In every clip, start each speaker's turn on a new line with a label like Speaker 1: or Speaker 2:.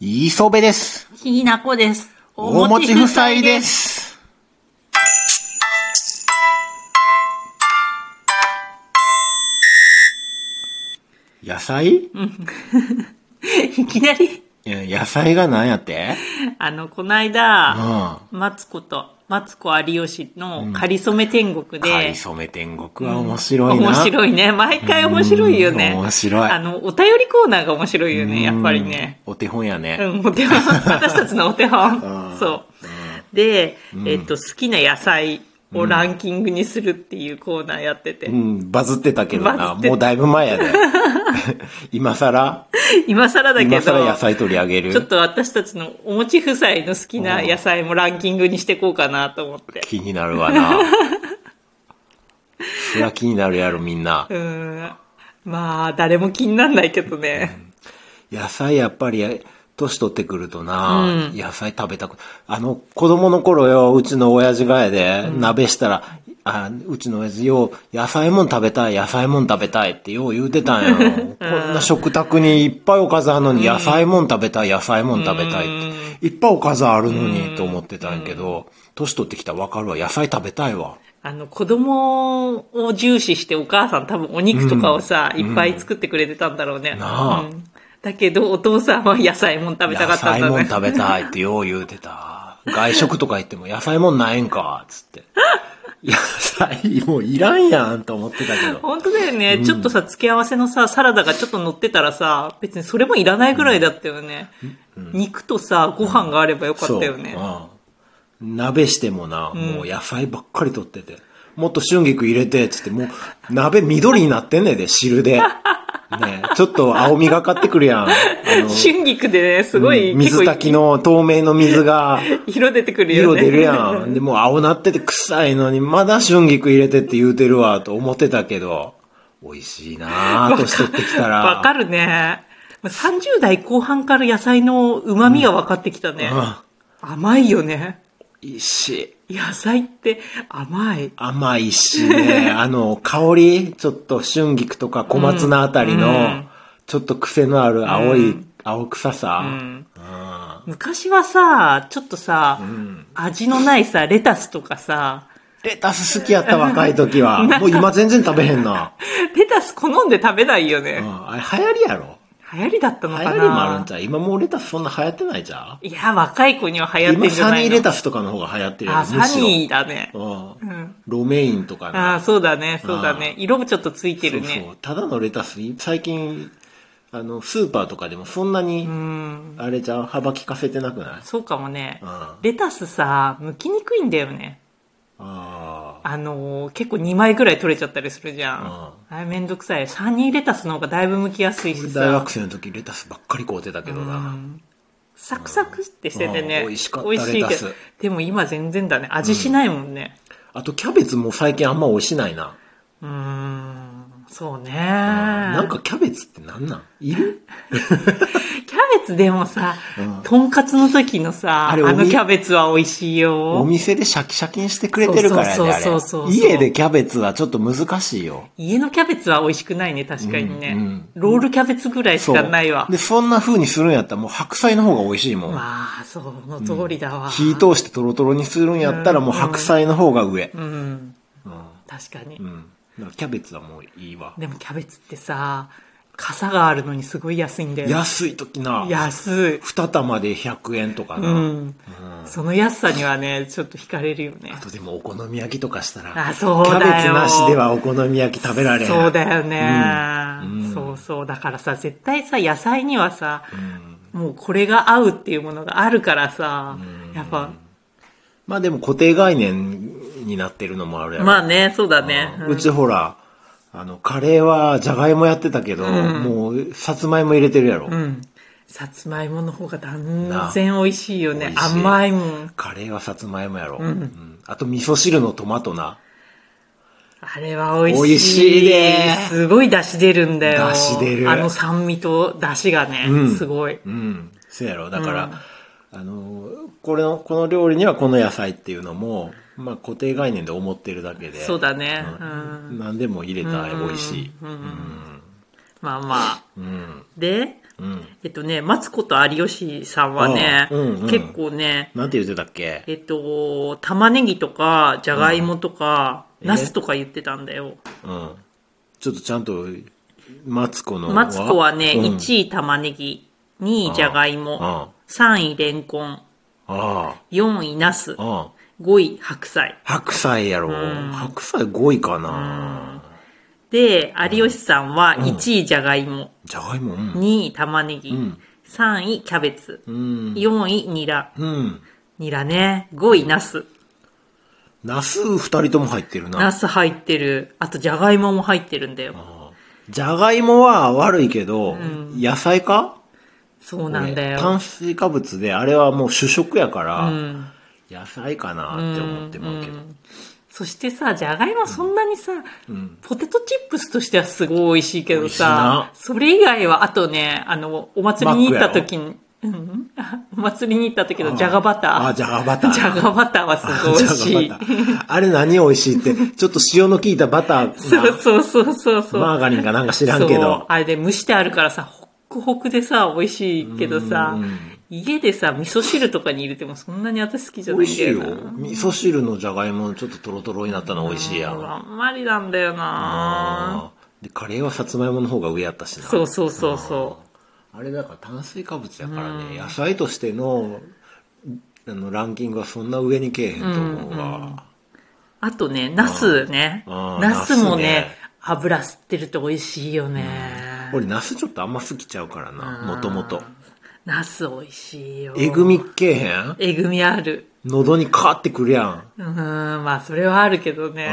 Speaker 1: 磯部です。
Speaker 2: ひなこです。。
Speaker 1: 大餅夫妻ですす。野菜、
Speaker 2: いきなり、
Speaker 1: いや野菜が何やって
Speaker 2: あの、こないだ、
Speaker 1: う
Speaker 2: マツコと、マツコ有吉のかりそめ天国
Speaker 1: ん。か
Speaker 2: で
Speaker 1: り、そめ天国は面白いな。
Speaker 2: 面白いね。毎回面白いよね。
Speaker 1: うん面白い
Speaker 2: あの、お便りコーナーが面白いよね、やっぱりね。
Speaker 1: うん。お手本や
Speaker 2: う
Speaker 1: ね。
Speaker 2: ん、お手本。私たちのお手
Speaker 1: う
Speaker 2: 本。
Speaker 1: ん
Speaker 2: そう。で、えっと、好きな野菜をランキングにするっていうコーナーやってて。
Speaker 1: うん、バズってたけどな。
Speaker 2: バズってた
Speaker 1: もうだいぶ前や ね。今更
Speaker 2: 今更だけど。
Speaker 1: 今更野菜取り上げ
Speaker 2: ちょっ
Speaker 1: る
Speaker 2: と私たちのお餅夫妻の好きな野菜もランキングにしていこうかなと思って。
Speaker 1: 気になるわな。そりゃ気になるやろ、みんな
Speaker 2: う。ーん。まあ、誰も気になんないけどね。
Speaker 1: 野菜やっぱり年取ってくるとな、野菜食べたくあの子供の頃ようちの親父がやで、鍋したらあうちの親父よう野菜もん食べたい野菜もん食べたいってよう言うてたんやろ、こんな食卓にいっぱいおかずあるのに、野菜もん食べたい野菜もん食べたいっていっぱいおかずあるのにと思ってたんやけど年取ってきたらわかるわ野菜食べたいわ
Speaker 2: あの、子供を重視してお母さん多分お肉とかをさ、いっぱい作ってくれてたんだろうね。
Speaker 1: なあ
Speaker 2: うんだけど、お父さんは野菜もん食べた
Speaker 1: 野
Speaker 2: かったん
Speaker 1: 菜
Speaker 2: だ
Speaker 1: もん
Speaker 2: ね。
Speaker 1: 食べたいってよう言うてた。外食とか行っても野菜もんないんか、つって。野菜もういらんやんと思ってたけど。
Speaker 2: 本当だよね、ちょっとさ、付け合わせのさ、サラダがちょっと乗ってたらさ、別にそれもいらないぐらいだったよね。肉とさ、ご飯があればよかったよね。
Speaker 1: そう。うん。鍋してもな、もう野菜ばっかり取ってて。もっと春菊入れて、つって、もう鍋緑になってんねんで、汁 で。ねちょっと青みがかってくるやん。あの
Speaker 2: 春菊でね、すごい、
Speaker 1: うん
Speaker 2: 結構
Speaker 1: 水炊きの透明の水が。
Speaker 2: 色出てくるよ
Speaker 1: 色
Speaker 2: ね。
Speaker 1: 出るやん。でもう青なってて臭いのに、まだ春菊入れてって言うてるわ、と思ってたけど、美味しいなぁ、年取ってきたら。
Speaker 2: わかるね。30代後半から野菜の旨味が分かってきたね。甘いよね。
Speaker 1: 美味しい。
Speaker 2: 野菜って甘い。
Speaker 1: 甘いし ね、あの、香り、ちょっと春菊とか小松菜あたり
Speaker 2: う
Speaker 1: の
Speaker 2: ん、
Speaker 1: ちょっと癖のある青い、青臭さ。
Speaker 2: ん昔はさ、ちょっとさ、味のないさ、レタスとかさ、
Speaker 1: レタス好きやった若い時 は。もう今全然食べへんな。
Speaker 2: レタス好んで食べないよ
Speaker 1: う
Speaker 2: ね。
Speaker 1: ん、あれ流行りやろ。
Speaker 2: 流行りだった
Speaker 1: 流
Speaker 2: の
Speaker 1: 行
Speaker 2: かな
Speaker 1: りもあるんちゃう今もうレタスそんな流行ってないじゃん
Speaker 2: いや、若い子には流行って
Speaker 1: 今
Speaker 2: んじゃ
Speaker 1: サ
Speaker 2: な
Speaker 1: ニ
Speaker 2: い
Speaker 1: ー
Speaker 2: の
Speaker 1: レタスとかの方が流行ってるよ
Speaker 2: あ、
Speaker 1: ねむ
Speaker 2: サ
Speaker 1: しろ
Speaker 2: ニーだね。
Speaker 1: うん、ロメインとかね
Speaker 2: あそうだね、そうだね。色もちょっとついてるね。
Speaker 1: そうそうただのレタス最近あのスーパーとかでもそんなに、あれじゃん幅利かせてなくない
Speaker 2: そうかもね
Speaker 1: うん。
Speaker 2: レタスさ、剥きにくいんだよね。
Speaker 1: あ
Speaker 2: あのー結構2枚ぐらい取れちゃったりするじゃん。あれめんどくさい。サニーレタスの方がだいぶ剥きやすい
Speaker 1: ー
Speaker 2: し
Speaker 1: 俺大
Speaker 2: さ、
Speaker 1: 学生の時レタスばっかり買うてたけどな、
Speaker 2: サクサクってしててね。
Speaker 1: うん美味しかった
Speaker 2: 美味いけど
Speaker 1: レタス
Speaker 2: でも今全然だね。味しないもんね。
Speaker 1: あとキャベツも最近あんま美味しないな、
Speaker 2: うーん。そうね。
Speaker 1: な
Speaker 2: なん
Speaker 1: かキャベツってなんなんいる
Speaker 2: キャベツでもさ、とんかつの時のさ、
Speaker 1: あ
Speaker 2: あ
Speaker 1: れおみ
Speaker 2: のキャベツは美味しい
Speaker 1: お
Speaker 2: よ。
Speaker 1: 店でシャキシャキにしてくれてるからやであれ
Speaker 2: そうそうそうそうそう
Speaker 1: 家でキャベツはちょっと難しいよ
Speaker 2: 家のキャベツは美味しくないね、確かにね。
Speaker 1: うんうん
Speaker 2: ロールキャベツぐらいし
Speaker 1: そう
Speaker 2: かないわ。
Speaker 1: でそんな風にするんやったらもう白菜の方が美味しいもん、
Speaker 2: まあ、その通りだわ。
Speaker 1: 火通してトロトロにするんやったらもう白菜の方が上。うん。
Speaker 2: うん。確かに。
Speaker 1: だからキャベツはもういいわ。
Speaker 2: でもキャベツってさ、傘があるのにすごい安いんだよ。
Speaker 1: 安い時な、
Speaker 2: 安い。
Speaker 1: 2玉で100円とかな。
Speaker 2: うん。その安さにはね、ちょっと惹かれるよね
Speaker 1: あ。とでもお好み焼きとかしたら、
Speaker 2: あそうだよ
Speaker 1: キャベツなしではお好み焼き食べられへん。
Speaker 2: そうだよね、そうそう。だからさ、絶対さ、野菜にはさ、もうこれが合うっていうものがあるからさ、やっぱ、
Speaker 1: まあでも固定概念になってるのもあるやろ。
Speaker 2: まあね、そうだね。
Speaker 1: うちほら、あの、カレーはじゃがいもやってたけど、もう、さつまいも入れてるやろ。
Speaker 2: うん。さつまいもの方が
Speaker 1: な
Speaker 2: 断然美味しいよ
Speaker 1: 美
Speaker 2: ね。
Speaker 1: 味しい
Speaker 2: 甘いもん。
Speaker 1: カレーはさつまいもやろ。うんあと、味噌汁のトマトな。
Speaker 2: あれは美味しい。
Speaker 1: 美味しいね
Speaker 2: すごい出汁出るんだよ。
Speaker 1: 出汁出る
Speaker 2: あの酸味と出汁がね、
Speaker 1: ん
Speaker 2: すごい。
Speaker 1: うん。そうやろ。だから、あの、これの、この料理にはこの野菜っていうのも、まあ固定概念で思ってるだけで。
Speaker 2: そうだね。う。
Speaker 1: うんん。何でも入れたら美味しい。
Speaker 2: まあまあ。
Speaker 1: うん。
Speaker 2: で、
Speaker 1: うん。
Speaker 2: えっとね、マツコと有吉さんはね、
Speaker 1: ああうんうん
Speaker 2: 結構ね、
Speaker 1: なんて言ってたっけ
Speaker 2: えっと、玉ねぎとか、じゃがいもとか、
Speaker 1: うん
Speaker 2: ナスとか言ってたんだよ。
Speaker 1: うん。ちょっとちゃんと、マツコの。
Speaker 2: マツコはね、
Speaker 1: うん
Speaker 2: 1位玉ねぎ、2位じゃがいも、
Speaker 1: あ
Speaker 2: 3位レンコン、
Speaker 1: あ。
Speaker 2: 4位ナス
Speaker 1: あ、あ。
Speaker 2: 5位白菜。
Speaker 1: 白菜やろ。
Speaker 2: ん
Speaker 1: 白菜5位かな。
Speaker 2: で、有吉さんは1位じゃがいも、
Speaker 1: じゃがいも、うん。
Speaker 2: 2位玉ねぎ、
Speaker 1: ん
Speaker 2: 3位キャベツ、
Speaker 1: うん。
Speaker 2: 4位ニラ。
Speaker 1: うん。
Speaker 2: ニラね。5位ナス。
Speaker 1: ナス2人とも入ってる
Speaker 2: ナ
Speaker 1: な。
Speaker 2: ス入ってる。あとじゃがいもも入ってるんだよ。
Speaker 1: じゃがいもは悪いけど、野菜か
Speaker 2: そうなんだ
Speaker 1: これ炭
Speaker 2: よ。
Speaker 1: 水化物で、あれはもう主食やか
Speaker 2: う
Speaker 1: ら、
Speaker 2: ん。
Speaker 1: 野菜かなって思ってまうけど。
Speaker 2: そしてさ、じゃがいもそんなにさ、ポテトチップスとしてはすごい美味しいけ
Speaker 1: 美
Speaker 2: どさ
Speaker 1: 味しいな、
Speaker 2: それ以外は、あとね、あの、お祭りに行った時に、うん、 お祭りに行った時のじゃがバター。
Speaker 1: あ、じゃがバ ター。
Speaker 2: じゃがバターはすごい美味しい
Speaker 1: じゃ。がバターあれ何美味しいって、ちょっと塩の効いたバター
Speaker 2: そう
Speaker 1: が、
Speaker 2: そうそうそうそう。
Speaker 1: マーガリンかなんか知らんけ
Speaker 2: そう
Speaker 1: ど。
Speaker 2: あれで蒸してあるからさ、ホックホクでさ、美味しいけどさ、家でさ、味噌汁とかに入れてもそんなに私好きじゃ
Speaker 1: 美
Speaker 2: ない
Speaker 1: 味
Speaker 2: ん
Speaker 1: し
Speaker 2: だ
Speaker 1: い
Speaker 2: よ
Speaker 1: よ
Speaker 2: な。。
Speaker 1: 味噌汁のじゃがいもちょっとトロトロになったの美味しいや
Speaker 2: うん
Speaker 1: ん。
Speaker 2: あんまりなんだよ
Speaker 1: あ
Speaker 2: な
Speaker 1: ーで、カレーはさつまいもの方が上やったしな。
Speaker 2: そうそうそうそう。
Speaker 1: あれだから炭水化物やからね、野菜としての、あの、ランキングはそんな上にけえへんと思うわ。
Speaker 2: あとね、ナスね。
Speaker 1: あー
Speaker 2: ナス
Speaker 1: ナス
Speaker 2: もね、
Speaker 1: ね
Speaker 2: 油吸ってると美味しいよね。
Speaker 1: 俺、ナスちょっとあんま好きちゃうからな、もともと。
Speaker 2: ナス美味しいよ。
Speaker 1: えぐ。みけえへん
Speaker 2: えぐみある。
Speaker 1: 喉にカーってくるやん。
Speaker 2: うーん、まあそれはあるけどね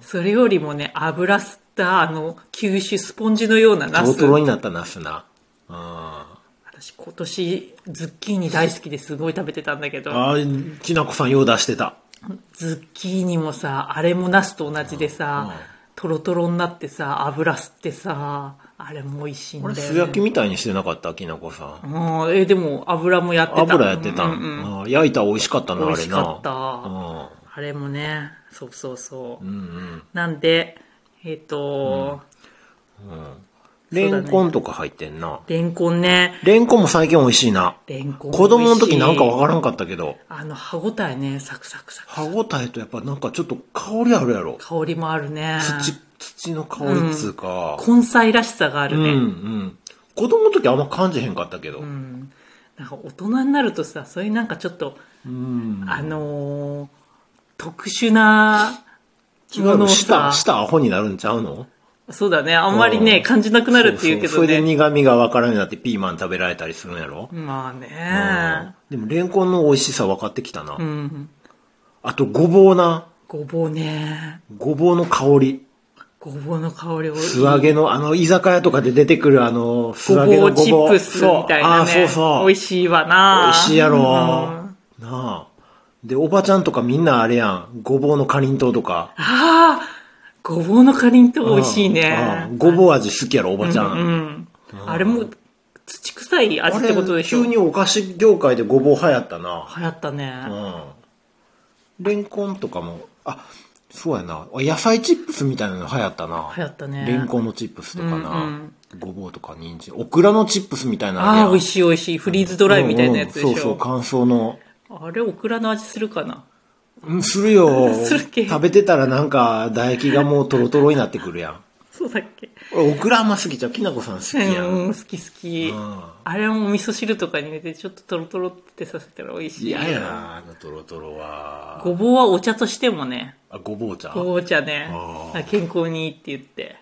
Speaker 1: う。
Speaker 2: それよりもね、油吸ったあの、吸収スポンジのような
Speaker 1: ト
Speaker 2: ナ
Speaker 1: ロ
Speaker 2: ス
Speaker 1: ト。ロになったナスな。あ
Speaker 2: 私今年、ズッキーニ大好きですごい食べてたんだけ
Speaker 1: ー
Speaker 2: ど、
Speaker 1: あー、きなこさんよう出してた。
Speaker 2: ズッキーニもさ、あれもナスと同じでさ、トロトロになってさ、油吸ってさ、あれも美味しいん
Speaker 1: こ
Speaker 2: だよ、
Speaker 1: れ
Speaker 2: ね。
Speaker 1: 素焼きみたいにしてなかった、きなこさん。
Speaker 2: うん、え、でも油もやってた。
Speaker 1: 油やってたん、
Speaker 2: うんうん
Speaker 1: あー焼いたら美味しかったな、あれ
Speaker 2: 美
Speaker 1: な。
Speaker 2: 味しかった。
Speaker 1: うん
Speaker 2: あれもね、そうそうそう。
Speaker 1: うん
Speaker 2: なんで、えっ、と、
Speaker 1: うん。レンコンとか入ってんな。
Speaker 2: レンコンね、
Speaker 1: レンコンも最近美味しいな。
Speaker 2: レンコン。
Speaker 1: 子供の時なんかわからんかったけど、
Speaker 2: あの、歯ごたえね、サクサクサク。
Speaker 1: 歯応えとやっぱなんかちょっと香りあるやろ。
Speaker 2: 香りもあるね。
Speaker 1: 土、土の香りっつうか。
Speaker 2: 根菜らしさがあ
Speaker 1: う
Speaker 2: る
Speaker 1: ん、
Speaker 2: ね。
Speaker 1: うん。子供の時あんま感じへんかったけど。うん。
Speaker 2: なんか大人になるとさ、そういうなんかちょっと、あのー特殊な
Speaker 1: 違
Speaker 2: も
Speaker 1: う
Speaker 2: の
Speaker 1: の
Speaker 2: をさ
Speaker 1: 舌、、舌アホになるんちゃうの
Speaker 2: そうだね、あんまりね、
Speaker 1: うん
Speaker 2: 感じなくなるって言うけ
Speaker 1: そ
Speaker 2: ど
Speaker 1: うそうそれで
Speaker 2: ね。
Speaker 1: 苦味がわからんようになってピーマン食べられたりするんやろ。
Speaker 2: まあね。
Speaker 1: でもレンコンの美味しさ分かってきたな。
Speaker 2: うん。
Speaker 1: あとごぼうな。
Speaker 2: ごぼうね。
Speaker 1: ごぼうの香り。
Speaker 2: ごぼうの香りを。
Speaker 1: 素揚げの、あの、居酒屋とかで出てくるあの、素
Speaker 2: ご
Speaker 1: 揚げ
Speaker 2: ぼ
Speaker 1: の
Speaker 2: う
Speaker 1: ご
Speaker 2: チ
Speaker 1: ぼう。
Speaker 2: ップスみたいなね。
Speaker 1: そうあー、そうそう。
Speaker 2: 美味しいわな。
Speaker 1: 美味しいやろ、
Speaker 2: うん
Speaker 1: なあ。で、おばちゃんとかみんなあれやん。ごぼうのかりんとうとか。
Speaker 2: ああ、ごぼうのかりんとう美味しい
Speaker 1: ああ
Speaker 2: ね。
Speaker 1: ごぼう味好きやろ、おばちゃん。
Speaker 2: うん。あれも、土臭い味
Speaker 1: あ
Speaker 2: ってことで
Speaker 1: れ、
Speaker 2: しょ
Speaker 1: 急にお菓子業界でごぼう流行ったな。
Speaker 2: 流行った
Speaker 1: う
Speaker 2: ね。
Speaker 1: ん。レンコンとかも、あ、そうやな。あ野菜チップスみたいなの流行ったな。
Speaker 2: 流行ったね
Speaker 1: レンコンのチップスとかな。
Speaker 2: うん
Speaker 1: ごぼうとか人参。オクラのチップスみたいな
Speaker 2: ああ、美味
Speaker 1: い。
Speaker 2: しい美味しい。フリーズドライみたいなやつでしょ。
Speaker 1: うんうんそうそう、乾燥の。
Speaker 2: あれ、オクラの味するかな。 。
Speaker 1: うん、するよ
Speaker 2: するけ
Speaker 1: 食べてたらなんか唾液がもうトロトロになってくるやん。
Speaker 2: そうだっけ。
Speaker 1: 俺、オクラあんま好きちゃう。きなこさん好きや。
Speaker 2: うんん、好き好き
Speaker 1: うん。
Speaker 2: あれもお味噌汁とかに入れて、ちょっとトロトロってさせたら美味しい。
Speaker 1: 嫌ややな、あのトロトロは。
Speaker 2: ごぼうはお茶としてもね、
Speaker 1: あ、ごぼう茶。
Speaker 2: ごぼう茶ね
Speaker 1: あ、
Speaker 2: 健康にいいって言って、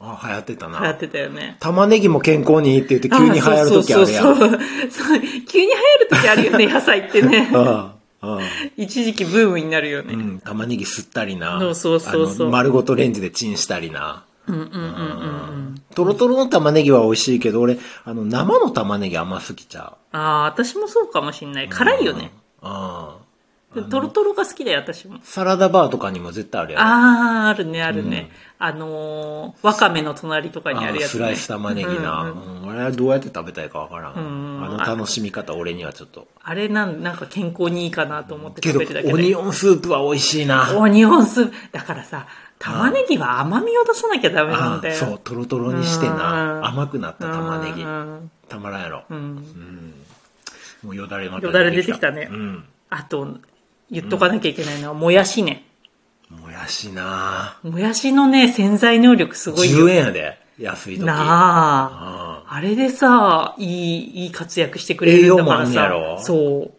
Speaker 1: あ、流行ってた
Speaker 2: 流行
Speaker 1: な
Speaker 2: っ。てたよね。
Speaker 1: 玉ねぎも健康にいいって言って急に流行る時あるやん。
Speaker 2: そうそうそうそう急に流行る時ある よね、野菜ってね。
Speaker 1: あああ
Speaker 2: 一時期ブームになるよ
Speaker 1: う
Speaker 2: ね。
Speaker 1: ん、玉ねぎ吸ったりな。
Speaker 2: そうそうそうそう
Speaker 1: あの丸ごとレンジでチンしたりな。
Speaker 2: うんうんうんうん。
Speaker 1: トロトロの玉ねぎは美味しいけど、俺、あの、生の玉ねぎあんま好きちゃ
Speaker 2: ああ、私もそうかもしんない。辛いよね
Speaker 1: う。。ああ。
Speaker 2: トロトロが好きだよ、私も。
Speaker 1: サラダバーとかにも絶対あるやん。
Speaker 2: ああ、あるね、あるね。あのー、わかめの隣とかにあるやつ、ね。
Speaker 1: スライス玉ねぎな、うん俺はどうやって食べたいかわからん、
Speaker 2: ん
Speaker 1: あの楽しみ方俺にはちょっと
Speaker 2: あれなん、なんか健康にいいかなと思って
Speaker 1: けど
Speaker 2: 食べるだけで。
Speaker 1: オニオンスープは美味しいな
Speaker 2: お日本スープ。だからさ、玉ねぎは甘みを出さなきゃダメな
Speaker 1: あ
Speaker 2: んだ
Speaker 1: あ、
Speaker 2: よ。
Speaker 1: そう、トロトロにして
Speaker 2: う
Speaker 1: な。
Speaker 2: ん
Speaker 1: 甘くなった玉ねぎ
Speaker 2: う。ん
Speaker 1: たまらんやろ。
Speaker 2: うん。
Speaker 1: もうよだれま
Speaker 2: よだれ出てきたね
Speaker 1: うん。
Speaker 2: あと、言っとかなきゃいけないのは、もやしね。
Speaker 1: もやしな
Speaker 2: もやしのね、潜在能力すごいよ。
Speaker 1: 10円やで。安い時。
Speaker 2: なあ。
Speaker 1: ああ
Speaker 2: あれでさ、いい、いい活躍してくれるんだから
Speaker 1: 栄養もあ
Speaker 2: さ
Speaker 1: んねやろ。
Speaker 2: そ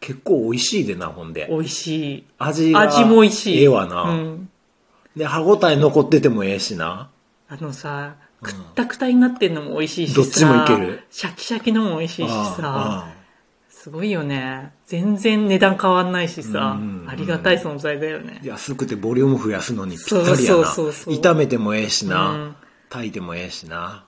Speaker 1: 結構美味しいでな、ほん
Speaker 2: う。
Speaker 1: で
Speaker 2: 美。味し
Speaker 1: 味
Speaker 2: い。
Speaker 1: が
Speaker 2: 味も美味しい。
Speaker 1: ええわな。
Speaker 2: うん。
Speaker 1: で、歯応え残っててもええしな。
Speaker 2: あのさ、くったくたになってんのも美味しいしさ。
Speaker 1: どっちもいける
Speaker 2: シャキシャキのも美味しいしさ。
Speaker 1: あ
Speaker 2: すごいよね。全然値段変わんないしさ
Speaker 1: うんう。ん
Speaker 2: ありがたい存在だよね
Speaker 1: あ。安くてボリューム増やすのにぴったりやな。
Speaker 2: そうそうそうそう
Speaker 1: 炒めてもええしな。
Speaker 2: うん
Speaker 1: 炊いてもええしな。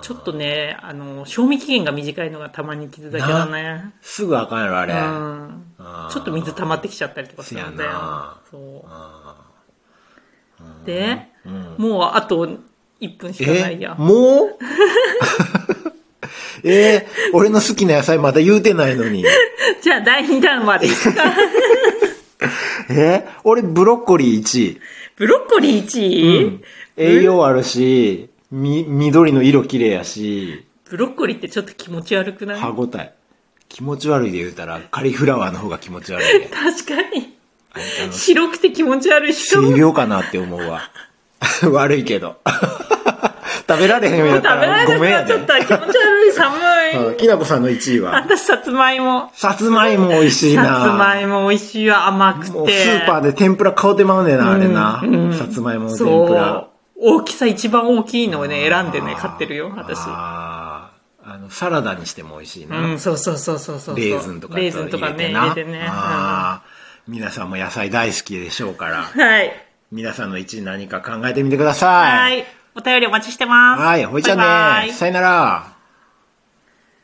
Speaker 2: ちょっとね、あの、賞味期限が短いのがたまに傷だけどね。
Speaker 1: すぐあかんやろ、あれ。
Speaker 2: うん。
Speaker 1: あー
Speaker 2: ちょっと水溜まってきちゃったりとかするんだ
Speaker 1: せや
Speaker 2: よ
Speaker 1: な。
Speaker 2: そう。で、
Speaker 1: うん
Speaker 2: もうあと1分しかない
Speaker 1: え
Speaker 2: や。
Speaker 1: もう えー俺の好きな野菜まだ言うてないのに。
Speaker 2: じゃあ第2 弾まで。
Speaker 1: えー俺ブロッコリー1位。
Speaker 2: ブロッコリー1位、
Speaker 1: 栄養あるし、み、緑の色綺麗やし、
Speaker 2: ブロッコリーってちょっと気持ち悪くない
Speaker 1: 歯応え。気持ち悪いで言うたら、カリフラワーの方が気持ち悪いね。
Speaker 2: 確かに。
Speaker 1: ああの、
Speaker 2: 白くて気持ち悪いしかも
Speaker 1: 水病かなって思うわ。 悪いけど。 食べられへんように
Speaker 2: もう
Speaker 1: なっ
Speaker 2: 食べ
Speaker 1: た
Speaker 2: ら
Speaker 1: らごめん
Speaker 2: れ
Speaker 1: や
Speaker 2: なくなっち
Speaker 1: で
Speaker 2: ゃっ。た。気持ち悪い、寒い。
Speaker 1: うんきなこさんの1位は、
Speaker 2: 私、さつまいも。
Speaker 1: さつまいも美味しい
Speaker 2: さ
Speaker 1: な。
Speaker 2: つまいも美味しいわ、甘くて。
Speaker 1: もうスーパーで天ぷら買うてまうねんな、あれな。さつまいもの天ぷら。
Speaker 2: そう。大きさ一番大きいのをね、選んでね、買ってるよ、私。
Speaker 1: あーあの、サラダにしても美味しいな。
Speaker 2: うん、そうそうそうそうそう。
Speaker 1: レーズンとか
Speaker 2: レーズンとかね、
Speaker 1: な
Speaker 2: 入れてね。うん
Speaker 1: あー皆さんも野菜大好きでしょう から、
Speaker 2: はい。
Speaker 1: 皆さんの1位何か考えてみてくださ。
Speaker 2: はいい。お便りお待ちしてます。
Speaker 1: はい、ほいじゃあね
Speaker 2: バイバイ
Speaker 1: さよなら。